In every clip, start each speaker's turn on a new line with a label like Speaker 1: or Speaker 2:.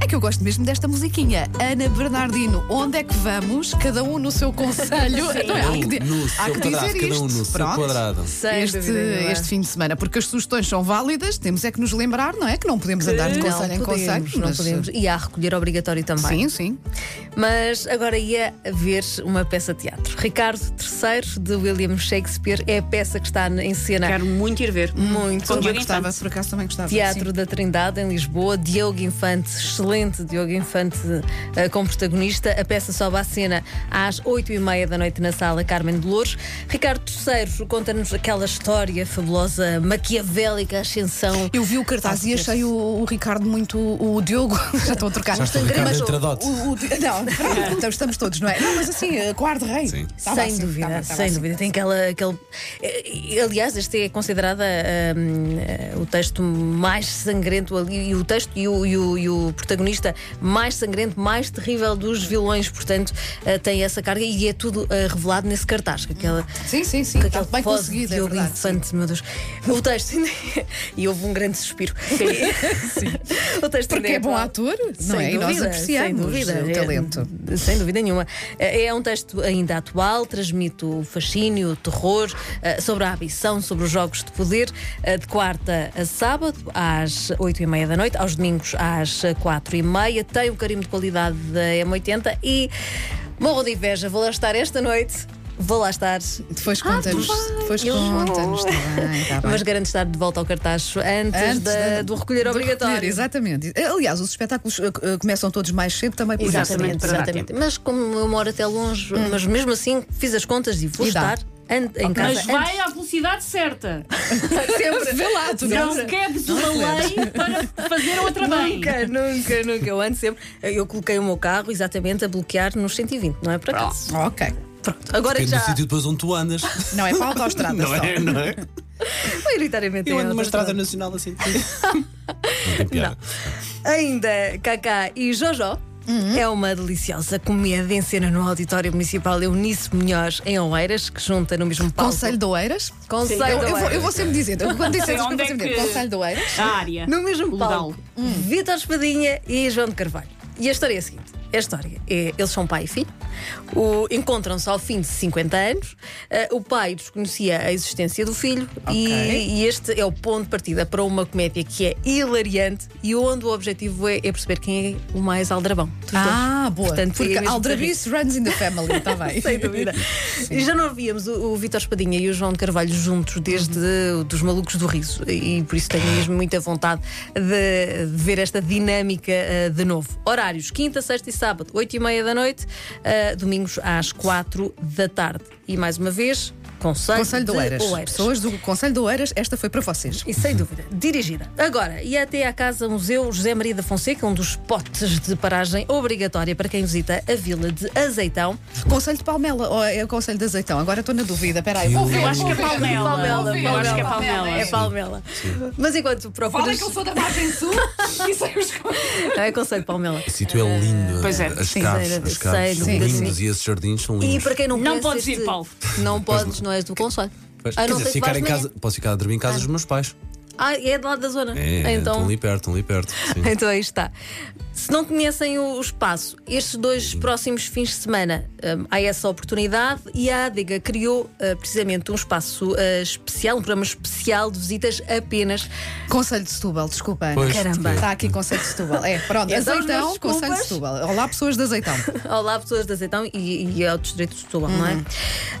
Speaker 1: É eu gosto mesmo desta musiquinha. Ana Bernardino, onde é que vamos? Cada um no seu conselho. Não é? Há que, di-
Speaker 2: um No
Speaker 1: há
Speaker 2: seu
Speaker 1: que
Speaker 2: quadrado,
Speaker 1: dizer
Speaker 2: cada
Speaker 1: isto.
Speaker 2: um no seu
Speaker 1: Pronto.
Speaker 2: quadrado.
Speaker 3: Sem
Speaker 1: Este,
Speaker 3: dúvida nenhuma.
Speaker 1: este fim de semana, porque as sugestões são válidas, temos é que nos lembrar, não é? Que não podemos andar de
Speaker 3: Não
Speaker 1: conselho em
Speaker 3: podemos,
Speaker 1: conselho.
Speaker 3: não
Speaker 1: mas- eh,
Speaker 3: podemos. E há recolher obrigatório também.
Speaker 1: Sim, sim.
Speaker 3: Mas agora ia ver uma peça de teatro. Ricardo III, de William Shakespeare, é a peça que está em cena.
Speaker 4: Quero muito ir ver.
Speaker 3: É. Muito.
Speaker 4: Com
Speaker 1: Também
Speaker 4: Diogo
Speaker 1: gostava,
Speaker 4: Infante.
Speaker 1: por acaso também gostava.
Speaker 3: Teatro
Speaker 1: sim.
Speaker 3: da Trindade, em Lisboa, Diogo Infante, excelente Diogo Infante eh, como protagonista. A peça sobe à cena às 8h30 da noite na sala Carmen de Louros. Ricardo III conta-nos aquela história fabulosa, maquiavélica, ascensão.
Speaker 1: Eu vi o cartaz
Speaker 3: Ah,
Speaker 1: e achei o, o Ricardo muito. o Diogo. Já estou a trocar.
Speaker 2: Já estou a trocar
Speaker 1: Mas
Speaker 2: de
Speaker 1: o-
Speaker 2: tradote.
Speaker 1: o- o Di- Não, pronto, então estamos todos, não é? Não, mas assim, eh, quarto rei.
Speaker 2: Sim.
Speaker 1: Estava
Speaker 3: sem
Speaker 1: assim,
Speaker 3: dúvida,
Speaker 1: estava- estava
Speaker 3: sem
Speaker 1: assim.
Speaker 3: dúvida. Tem aquela, aquele. eh, Aliás, este é considerado o texto mais sangrento ali, e o texto e o, e o- e o protagonista mais sangrento, mais terrível dos vilões. Portanto, eh, tem essa carga e é tudo eh, revelado nesse cartaz. com Aquela,
Speaker 1: Sim, sim, sim.
Speaker 3: com
Speaker 1: Está
Speaker 3: aquele
Speaker 1: bem
Speaker 3: pó de
Speaker 1: conseguido, é
Speaker 3: Diogo
Speaker 1: verdade,
Speaker 3: Infante, meu Deus. O texto ainda é- E houve um grande suspiro. o texto
Speaker 1: Porque
Speaker 3: ainda
Speaker 1: é bom
Speaker 3: atual.
Speaker 1: ator, não
Speaker 3: Sem
Speaker 1: é? E nós
Speaker 3: dúvida,
Speaker 1: apreciamos
Speaker 3: sem dúvida,
Speaker 1: o
Speaker 3: É,
Speaker 1: talento.
Speaker 3: sem dúvida nenhuma. É é um texto ainda atual, transmite o fascínio, o terror, eh, sobre a ambição, sobre os jogos de poder, eh, de quarta a sábado, às oito e meia da noite, aos domingos às quatro e meia. Tem o carimbo de qualidade da M80 e morro de inveja. Vou lá estar esta noite. Vou lá estar.
Speaker 1: Depois
Speaker 3: Ah,
Speaker 1: conta-nos. Depois conta-nos. Tá bem, tá bem.
Speaker 3: Mas garanto estar de volta ao cartaz antes,
Speaker 1: Antes
Speaker 3: da-
Speaker 1: da-
Speaker 3: do recolher
Speaker 1: do
Speaker 3: obrigatório.
Speaker 1: recolher, exatamente. Aliás, os espetáculos eh, eh, começam todos mais cedo também por isso.
Speaker 4: Exatamente, para dar
Speaker 3: exatamente. Mas como eu moro até longe, mas mesmo assim fiz as contas e vou
Speaker 1: E dá.
Speaker 3: estar an- em casa.
Speaker 4: Mas
Speaker 3: antes.
Speaker 4: vai à velocidade certa.
Speaker 1: Sempre vê lá, tu não é?
Speaker 4: Não quebres uma
Speaker 1: lembras.
Speaker 4: lei para fazer outra bem.
Speaker 3: Nunca, nunca, nunca. Eu ando sempre. Eu coloquei o meu carro exatamente a bloquear nos 120, não é para acaso?
Speaker 1: Ok.
Speaker 3: Pronto. Agora
Speaker 2: Depende
Speaker 3: já.
Speaker 2: do sítio depois onde tu andas.
Speaker 1: Não é para a autostrada
Speaker 2: não
Speaker 1: só.
Speaker 2: é, não é?
Speaker 3: Maioritariamente
Speaker 2: Eu
Speaker 3: é
Speaker 2: ando numa
Speaker 3: autostrada.
Speaker 2: estrada nacional assim. Não tem piada.
Speaker 3: Ainda Cacá e Jojo. É uma deliciosa comédia em cena no Auditório Municipal Eunice Munhoz, em Oeiras, que junta no mesmo palco.
Speaker 1: Conselho de Oeiras.
Speaker 3: Conselho
Speaker 1: Eu,
Speaker 3: de
Speaker 1: eu vou, eu
Speaker 3: Oeiras.
Speaker 1: vou sempre dizer. eu- Quando disser,
Speaker 4: Sei
Speaker 1: vou
Speaker 4: onde é
Speaker 1: sempre dizer.
Speaker 4: que-
Speaker 1: Conselho de Oeiras.
Speaker 4: A área.
Speaker 3: No mesmo
Speaker 4: Legal.
Speaker 3: palco, Vítor Espadinha e João de Carvalho. E a história é a seguinte: a história é, eles são pai e filho, o- encontram-se ao fim de 50 anos, eh, o pai desconhecia a existência do filho e, e este é o ponto de partida para uma comédia que é hilariante e onde o objetivo é, é perceber quem é o mais aldrabão. dos
Speaker 1: Ah,
Speaker 3: dois.
Speaker 1: boa.
Speaker 3: Portanto, é
Speaker 1: Porque
Speaker 3: mesmo para rir.
Speaker 1: Aldrabice runs in the family, está bem.
Speaker 3: Sem dúvida. E já não víamos o, o Vitor Espadinha e o João de Carvalho juntos desde o dos Malucos do Riso. E por isso tenho mesmo muita vontade de, de ver esta dinâmica eh, de novo. Horários: quinta, sexta e sábado, 8 e meia da noite, eh, domingos às 4 da tarde. E mais uma vez, Conselho,
Speaker 1: Conselho de Oeiras.
Speaker 3: Oeiras.
Speaker 1: Pessoas do Conselho de Oeiras, esta foi para vocês.
Speaker 3: E sem dúvida, dirigida. Agora, e até à Casa Museu José Maria da Fonseca, um dos potes de paragem obrigatória para quem visita a vila de Azeitão.
Speaker 1: Conselho de Palmela ou é o Conselho de Azeitão? Agora estou na dúvida. Espera aí. Oh,
Speaker 2: Que
Speaker 1: vou ver.
Speaker 4: Eu acho que é
Speaker 3: Palmela.
Speaker 4: Palmela. Eu acho que é Palmela.
Speaker 3: É Palmela. Mas enquanto procuras.
Speaker 1: sou da Margem Sul e sei os
Speaker 3: É Conselho de Palmela.
Speaker 2: O sítio é lindo.
Speaker 4: Pois é.
Speaker 2: As
Speaker 1: Sim,
Speaker 2: caves,
Speaker 3: sei,
Speaker 2: as caves
Speaker 3: sei,
Speaker 2: são
Speaker 3: sim.
Speaker 2: lindos e esses jardins são
Speaker 3: E
Speaker 2: lindos.
Speaker 3: para quem não
Speaker 4: Não
Speaker 3: conhece
Speaker 4: podes ir,
Speaker 3: este-
Speaker 4: Paulo.
Speaker 3: Não podes, não és do Conselho.
Speaker 2: Pois,
Speaker 3: Ah,
Speaker 2: quer
Speaker 3: não
Speaker 2: dizer,
Speaker 3: sei se
Speaker 2: ficar
Speaker 3: vais
Speaker 2: em
Speaker 3: de manhã.
Speaker 2: casa, posso ficar a dormir em casa dos meus pais.
Speaker 3: Ah, é de lá da zona.
Speaker 2: É, estão
Speaker 3: então,
Speaker 2: ali perto, estão ali perto. sim.
Speaker 3: então aí está. Se não conhecem o o espaço, estes dois
Speaker 2: Uhum.
Speaker 3: próximos fins de semana hum, há essa oportunidade e a ADEGA criou ah, precisamente um espaço ah, especial, um programa especial de visitas apenas.
Speaker 1: Conselho de Setúbal, desculpa. Ana.
Speaker 2: Pois,
Speaker 3: Caramba.
Speaker 2: porque-
Speaker 1: Está aqui Conselho de Setúbal. É, pronto.
Speaker 3: Então,
Speaker 1: Azeitão,
Speaker 3: desculpas.
Speaker 1: Conselho de Setúbal. Olá, pessoas de Azeitão.
Speaker 3: Olá, pessoas da Azeitão e, e ao Distrito de Setúbal, não é?
Speaker 1: Uhum.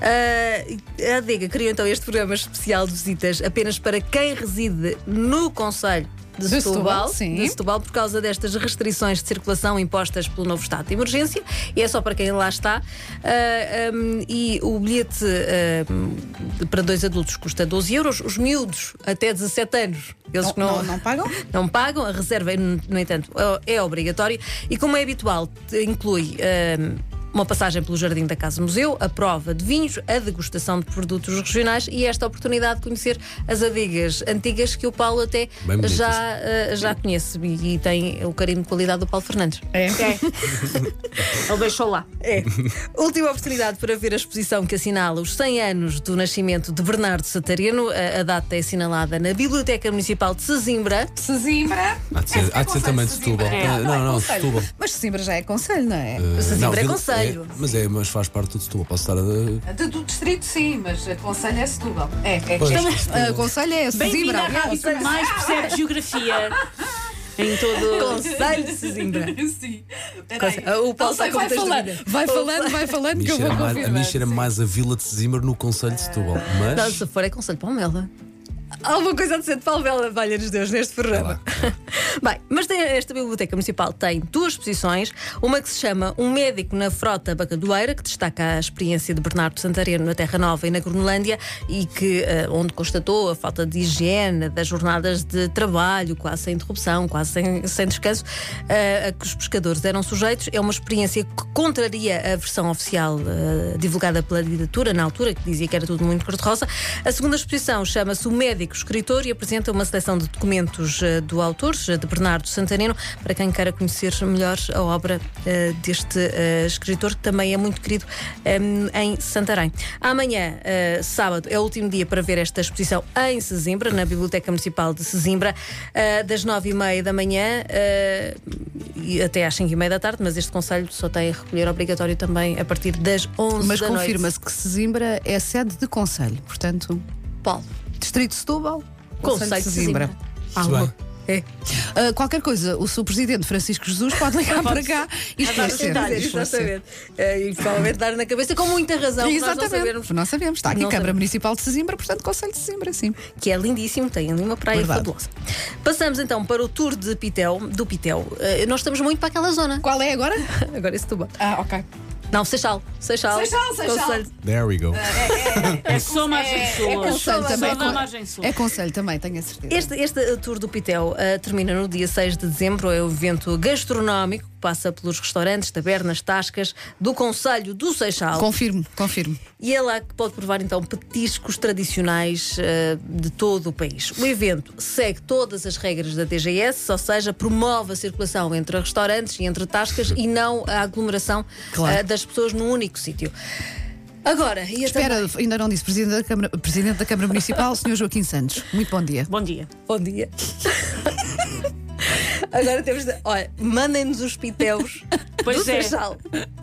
Speaker 3: Ah, a ADEGA criou então este programa especial de visitas apenas para quem reside no Conselho de,
Speaker 1: De Setúbal,
Speaker 3: Setúbal,
Speaker 1: sim.
Speaker 3: de Setúbal, por causa destas restrições de circulação impostas pelo novo estado de emergência, e é só para quem lá está. Ah, hum, e o bilhete ah, para dois adultos custa 12 euros, os miúdos até 17 anos. Eles
Speaker 1: Não,
Speaker 3: que
Speaker 1: não, não pagam?
Speaker 3: não pagam, a é reserva, no entanto, é obrigatória e, como é habitual, te- é inclui. hum, uma passagem pelo Jardim da Casa Museu, a prova de vinhos, a degustação de produtos regionais e esta oportunidade de conhecer as adigas antigas que o Paulo até
Speaker 2: Bem bonitas.
Speaker 3: já, eh, já conhece e, e tem o carinho de qualidade do Paulo Fernandes.
Speaker 4: Ele deixou lá.
Speaker 3: É. Última oportunidade para ver a exposição que assinala os 100 anos do nascimento de Bernardo Satarino. A, a data é assinalada na Biblioteca Municipal de Sesimbra.
Speaker 1: Sesimbra.
Speaker 2: Há de ser, há de ser também de Setúbal.
Speaker 4: É.
Speaker 2: Ah, Não, não, de
Speaker 1: Conselho.
Speaker 2: Setúbal.
Speaker 1: Mas Sesimbra já é conselho, não é?
Speaker 2: Eh,
Speaker 3: Sesimbra
Speaker 2: não,
Speaker 3: é
Speaker 2: Vila-
Speaker 3: concelho.
Speaker 2: mas é, mas faz parte do Setúbal. Posso estar a.
Speaker 1: De- do distrito, sim, mas a conselho é Setúbal. É, é.
Speaker 2: Pois.
Speaker 1: Estamos- a conselho é
Speaker 4: Bem-vindo
Speaker 1: Sesimbra.
Speaker 4: à rádio que mais percebe de geografia em todo.
Speaker 3: Conselho de Sesimbra.
Speaker 1: Sim.
Speaker 3: Conselho. Ah, o Paulo
Speaker 1: Não sei, é
Speaker 3: está
Speaker 1: vai
Speaker 3: com muitas
Speaker 1: falando,
Speaker 3: dúvidas.
Speaker 1: vai falando, vai falando que eu vou
Speaker 2: cheira mais- a
Speaker 1: confirmar.
Speaker 2: mim cheira mais a Vila de Sesimbra no Conselho de Setúbal. Mas.
Speaker 3: Não, se for é Conselho de Palmela. Alguma coisa a dizer de Palmela, valha-nos Deus, neste
Speaker 2: é
Speaker 3: programa. Bem, mas tem- esta biblioteca municipal tem duas exposições. Uma que se chama Um Médico na Frota Bacadoeira, que destaca a experiência de Bernardo Santareno na Terra Nova e na Grunlândia, e que, eh, onde constatou a falta de higiene, das jornadas de trabalho, quase sem interrupção, quase sem, sem descanso, eh, a que os pescadores eram sujeitos. É uma experiência que contraria a versão oficial eh, divulgada pela ditadura, na altura, que dizia que era tudo muito cor-de-rosa. A segunda exposição chama-se O Médico Escritor e apresenta uma seleção de documentos eh, do autor, eh, de Bernardo Santareno, para quem queira conhecer melhor a obra eh, deste eh, escritor, que também é muito querido em- em Santarém. Amanhã, eh, sábado, é o último dia para ver esta exposição em Sesimbra, na Biblioteca Municipal de Sesimbra, eh, das nove e meia da manhã eh, e até às cinco e meia da tarde, mas este conselho só tem recolher obrigatório também a partir das onze
Speaker 1: Mas
Speaker 3: da noite.
Speaker 1: confirma-se que Sesimbra é sede de conselho, portanto,
Speaker 3: Paulo,
Speaker 1: distrito de Setúbal,
Speaker 3: Conselho de Sesimbra.
Speaker 2: Muito bem.
Speaker 3: É.
Speaker 1: Ah, qualquer coisa, o seu presidente Francisco Jesus pode ligar para cá e esclarecer.
Speaker 3: Exatamente,
Speaker 1: esclarecer.
Speaker 3: exatamente. Eh, E provavelmente dar na cabeça com muita razão, que nós não sabemos.
Speaker 1: Exatamente. Não sabemos. Está aqui
Speaker 3: Não
Speaker 1: Câmara
Speaker 3: sabemos.
Speaker 1: Municipal de Sesimbra, portanto, Conselho de Sesimbra, sim.
Speaker 3: Que é lindíssimo, tem ali uma praia
Speaker 1: Verdade.
Speaker 3: fabulosa. Passamos então para o tour de Pitel, do Pitel. Eh, nós estamos muito para aquela zona.
Speaker 1: Qual é agora?
Speaker 3: Agora é Setúbal.
Speaker 1: Ah, ok.
Speaker 3: Não, Seixal. Seixal.
Speaker 1: Seixal, Seixal.
Speaker 3: Conselho.
Speaker 2: There we go.
Speaker 4: É só margem sul.
Speaker 1: É conselho também.
Speaker 4: Só
Speaker 1: é
Speaker 4: da
Speaker 1: con-
Speaker 4: margem sul.
Speaker 1: É conselho também, tenho a certeza.
Speaker 3: Este, este eh, tour do Pitel eh, termina no dia 6 de dezembro. É um evento gastronómico que passa pelos restaurantes, tabernas, tascas do Conselho do Seixal.
Speaker 1: Confirmo, confirmo.
Speaker 3: E é lá que pode provar então petiscos tradicionais eh, de todo o país. O evento segue todas as regras da DGS, ou seja, promove a circulação entre restaurantes e entre tascas e não a aglomeração
Speaker 1: Claro.
Speaker 3: eh, das pessoas num único sítio. Agora, e até-
Speaker 1: Espera, ainda não disse, Presidente da Câmara, Presidente da Câmara Municipal, Sr. Joaquim Santos. Muito bom dia.
Speaker 4: Bom dia.
Speaker 3: Bom dia. Agora temos de. Olha, mandem-nos os piteus
Speaker 4: Pois
Speaker 3: do
Speaker 4: é.
Speaker 3: Seixal.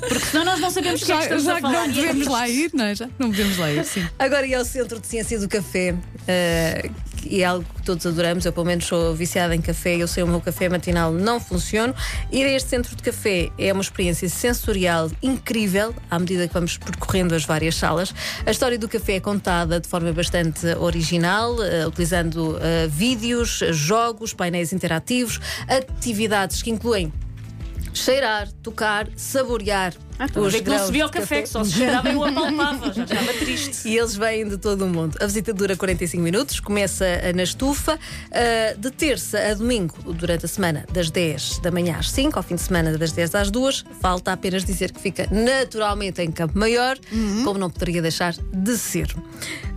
Speaker 4: Porque senão nós não sabemos o que é que estamos a
Speaker 1: que não
Speaker 4: falar.
Speaker 1: devemos lá ir, não é? Já que não devemos lá ir, sim.
Speaker 3: Agora e ao Centro de Ciência do Café, eh, que é algo que todos adoramos. Eu, pelo menos, sou viciada em café. Eu sei o meu café matinal não funciona. Ir a este centro de café é uma experiência sensorial incrível à medida que vamos percorrendo as várias salas. A história do café é contada de forma bastante original, eh, utilizando eh, vídeos, jogos, painéis interativos, atividades que incluem cheirar, tocar, saborear.
Speaker 4: Ah,
Speaker 3: os
Speaker 4: Hoje que não
Speaker 3: grãos
Speaker 4: se via o
Speaker 3: de
Speaker 4: café, que só se cheirava e o apalpava. Já estava triste.
Speaker 3: e eles vêm de todo o mundo. A visita dura 45 minutos, começa ah, na estufa, ah, de terça a domingo, durante a semana, das 10 da manhã às 5, ao fim de semana, das 10 às 2. Falta apenas dizer que fica naturalmente em Campo Maior, como não poderia deixar de ser.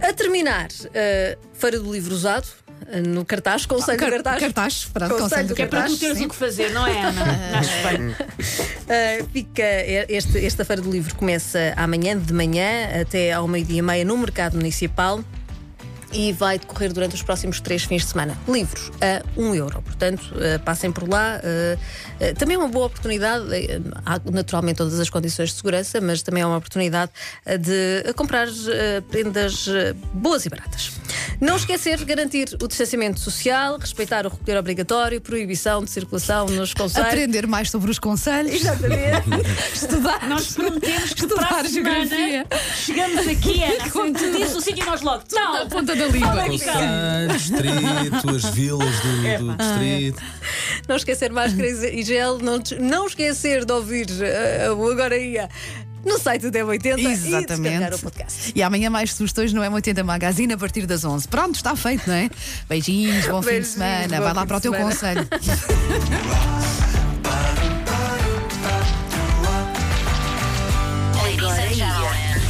Speaker 3: A terminar, ah, Feira do Livro Usado, ah, no cartaz, Conselho do Cartaz.
Speaker 1: Cartaz, pronto,
Speaker 3: Conselho
Speaker 1: Conselho
Speaker 3: do
Speaker 1: do
Speaker 4: Que é para
Speaker 1: Cartaz.
Speaker 4: tu teres
Speaker 1: sim.
Speaker 4: o que fazer, não é, Ana? Acho bem.
Speaker 3: Uh, fica este, esta feira do livro começa amanhã de manhã até ao meio-dia e meia no mercado municipal e vai decorrer durante os próximos três fins de semana. Livros a 1 euro, portanto, uh, passem por lá. Uh, uh, também é uma boa oportunidade, uh, há naturalmente todas as condições de segurança, mas também é uma oportunidade uh, de comprar uh, prendas uh, boas e baratas. Não esquecer de garantir o distanciamento social, respeitar o recolher obrigatório, proibição de circulação nos conselhos.
Speaker 1: Aprender mais sobre os conselhos.
Speaker 3: Estudar.
Speaker 4: Nós prometemos que
Speaker 1: Estudar
Speaker 4: para a semana
Speaker 1: geografia.
Speaker 4: chegamos aqui, Ana. Como tu dizes o sítio e nós logo. Tal.
Speaker 1: Ponta da língua.
Speaker 4: Fala aí,
Speaker 2: Conselho, distrito, as vilas do,
Speaker 1: É.
Speaker 2: do distrito.
Speaker 3: Não esquecer máscara e gel, não, te- não esquecer de ouvir eh, o Agora Ia no site da 80 e descarregar o podcast.
Speaker 1: E amanhã mais sugestões no M80 Magazine a partir das 11. Pronto, está feito, não é? Beijinhos, bom fim de
Speaker 3: Beijinhos,
Speaker 1: semana.
Speaker 3: bom
Speaker 1: Vai
Speaker 3: fim
Speaker 1: lá
Speaker 3: de
Speaker 1: para o teu
Speaker 3: semana.
Speaker 1: conselho.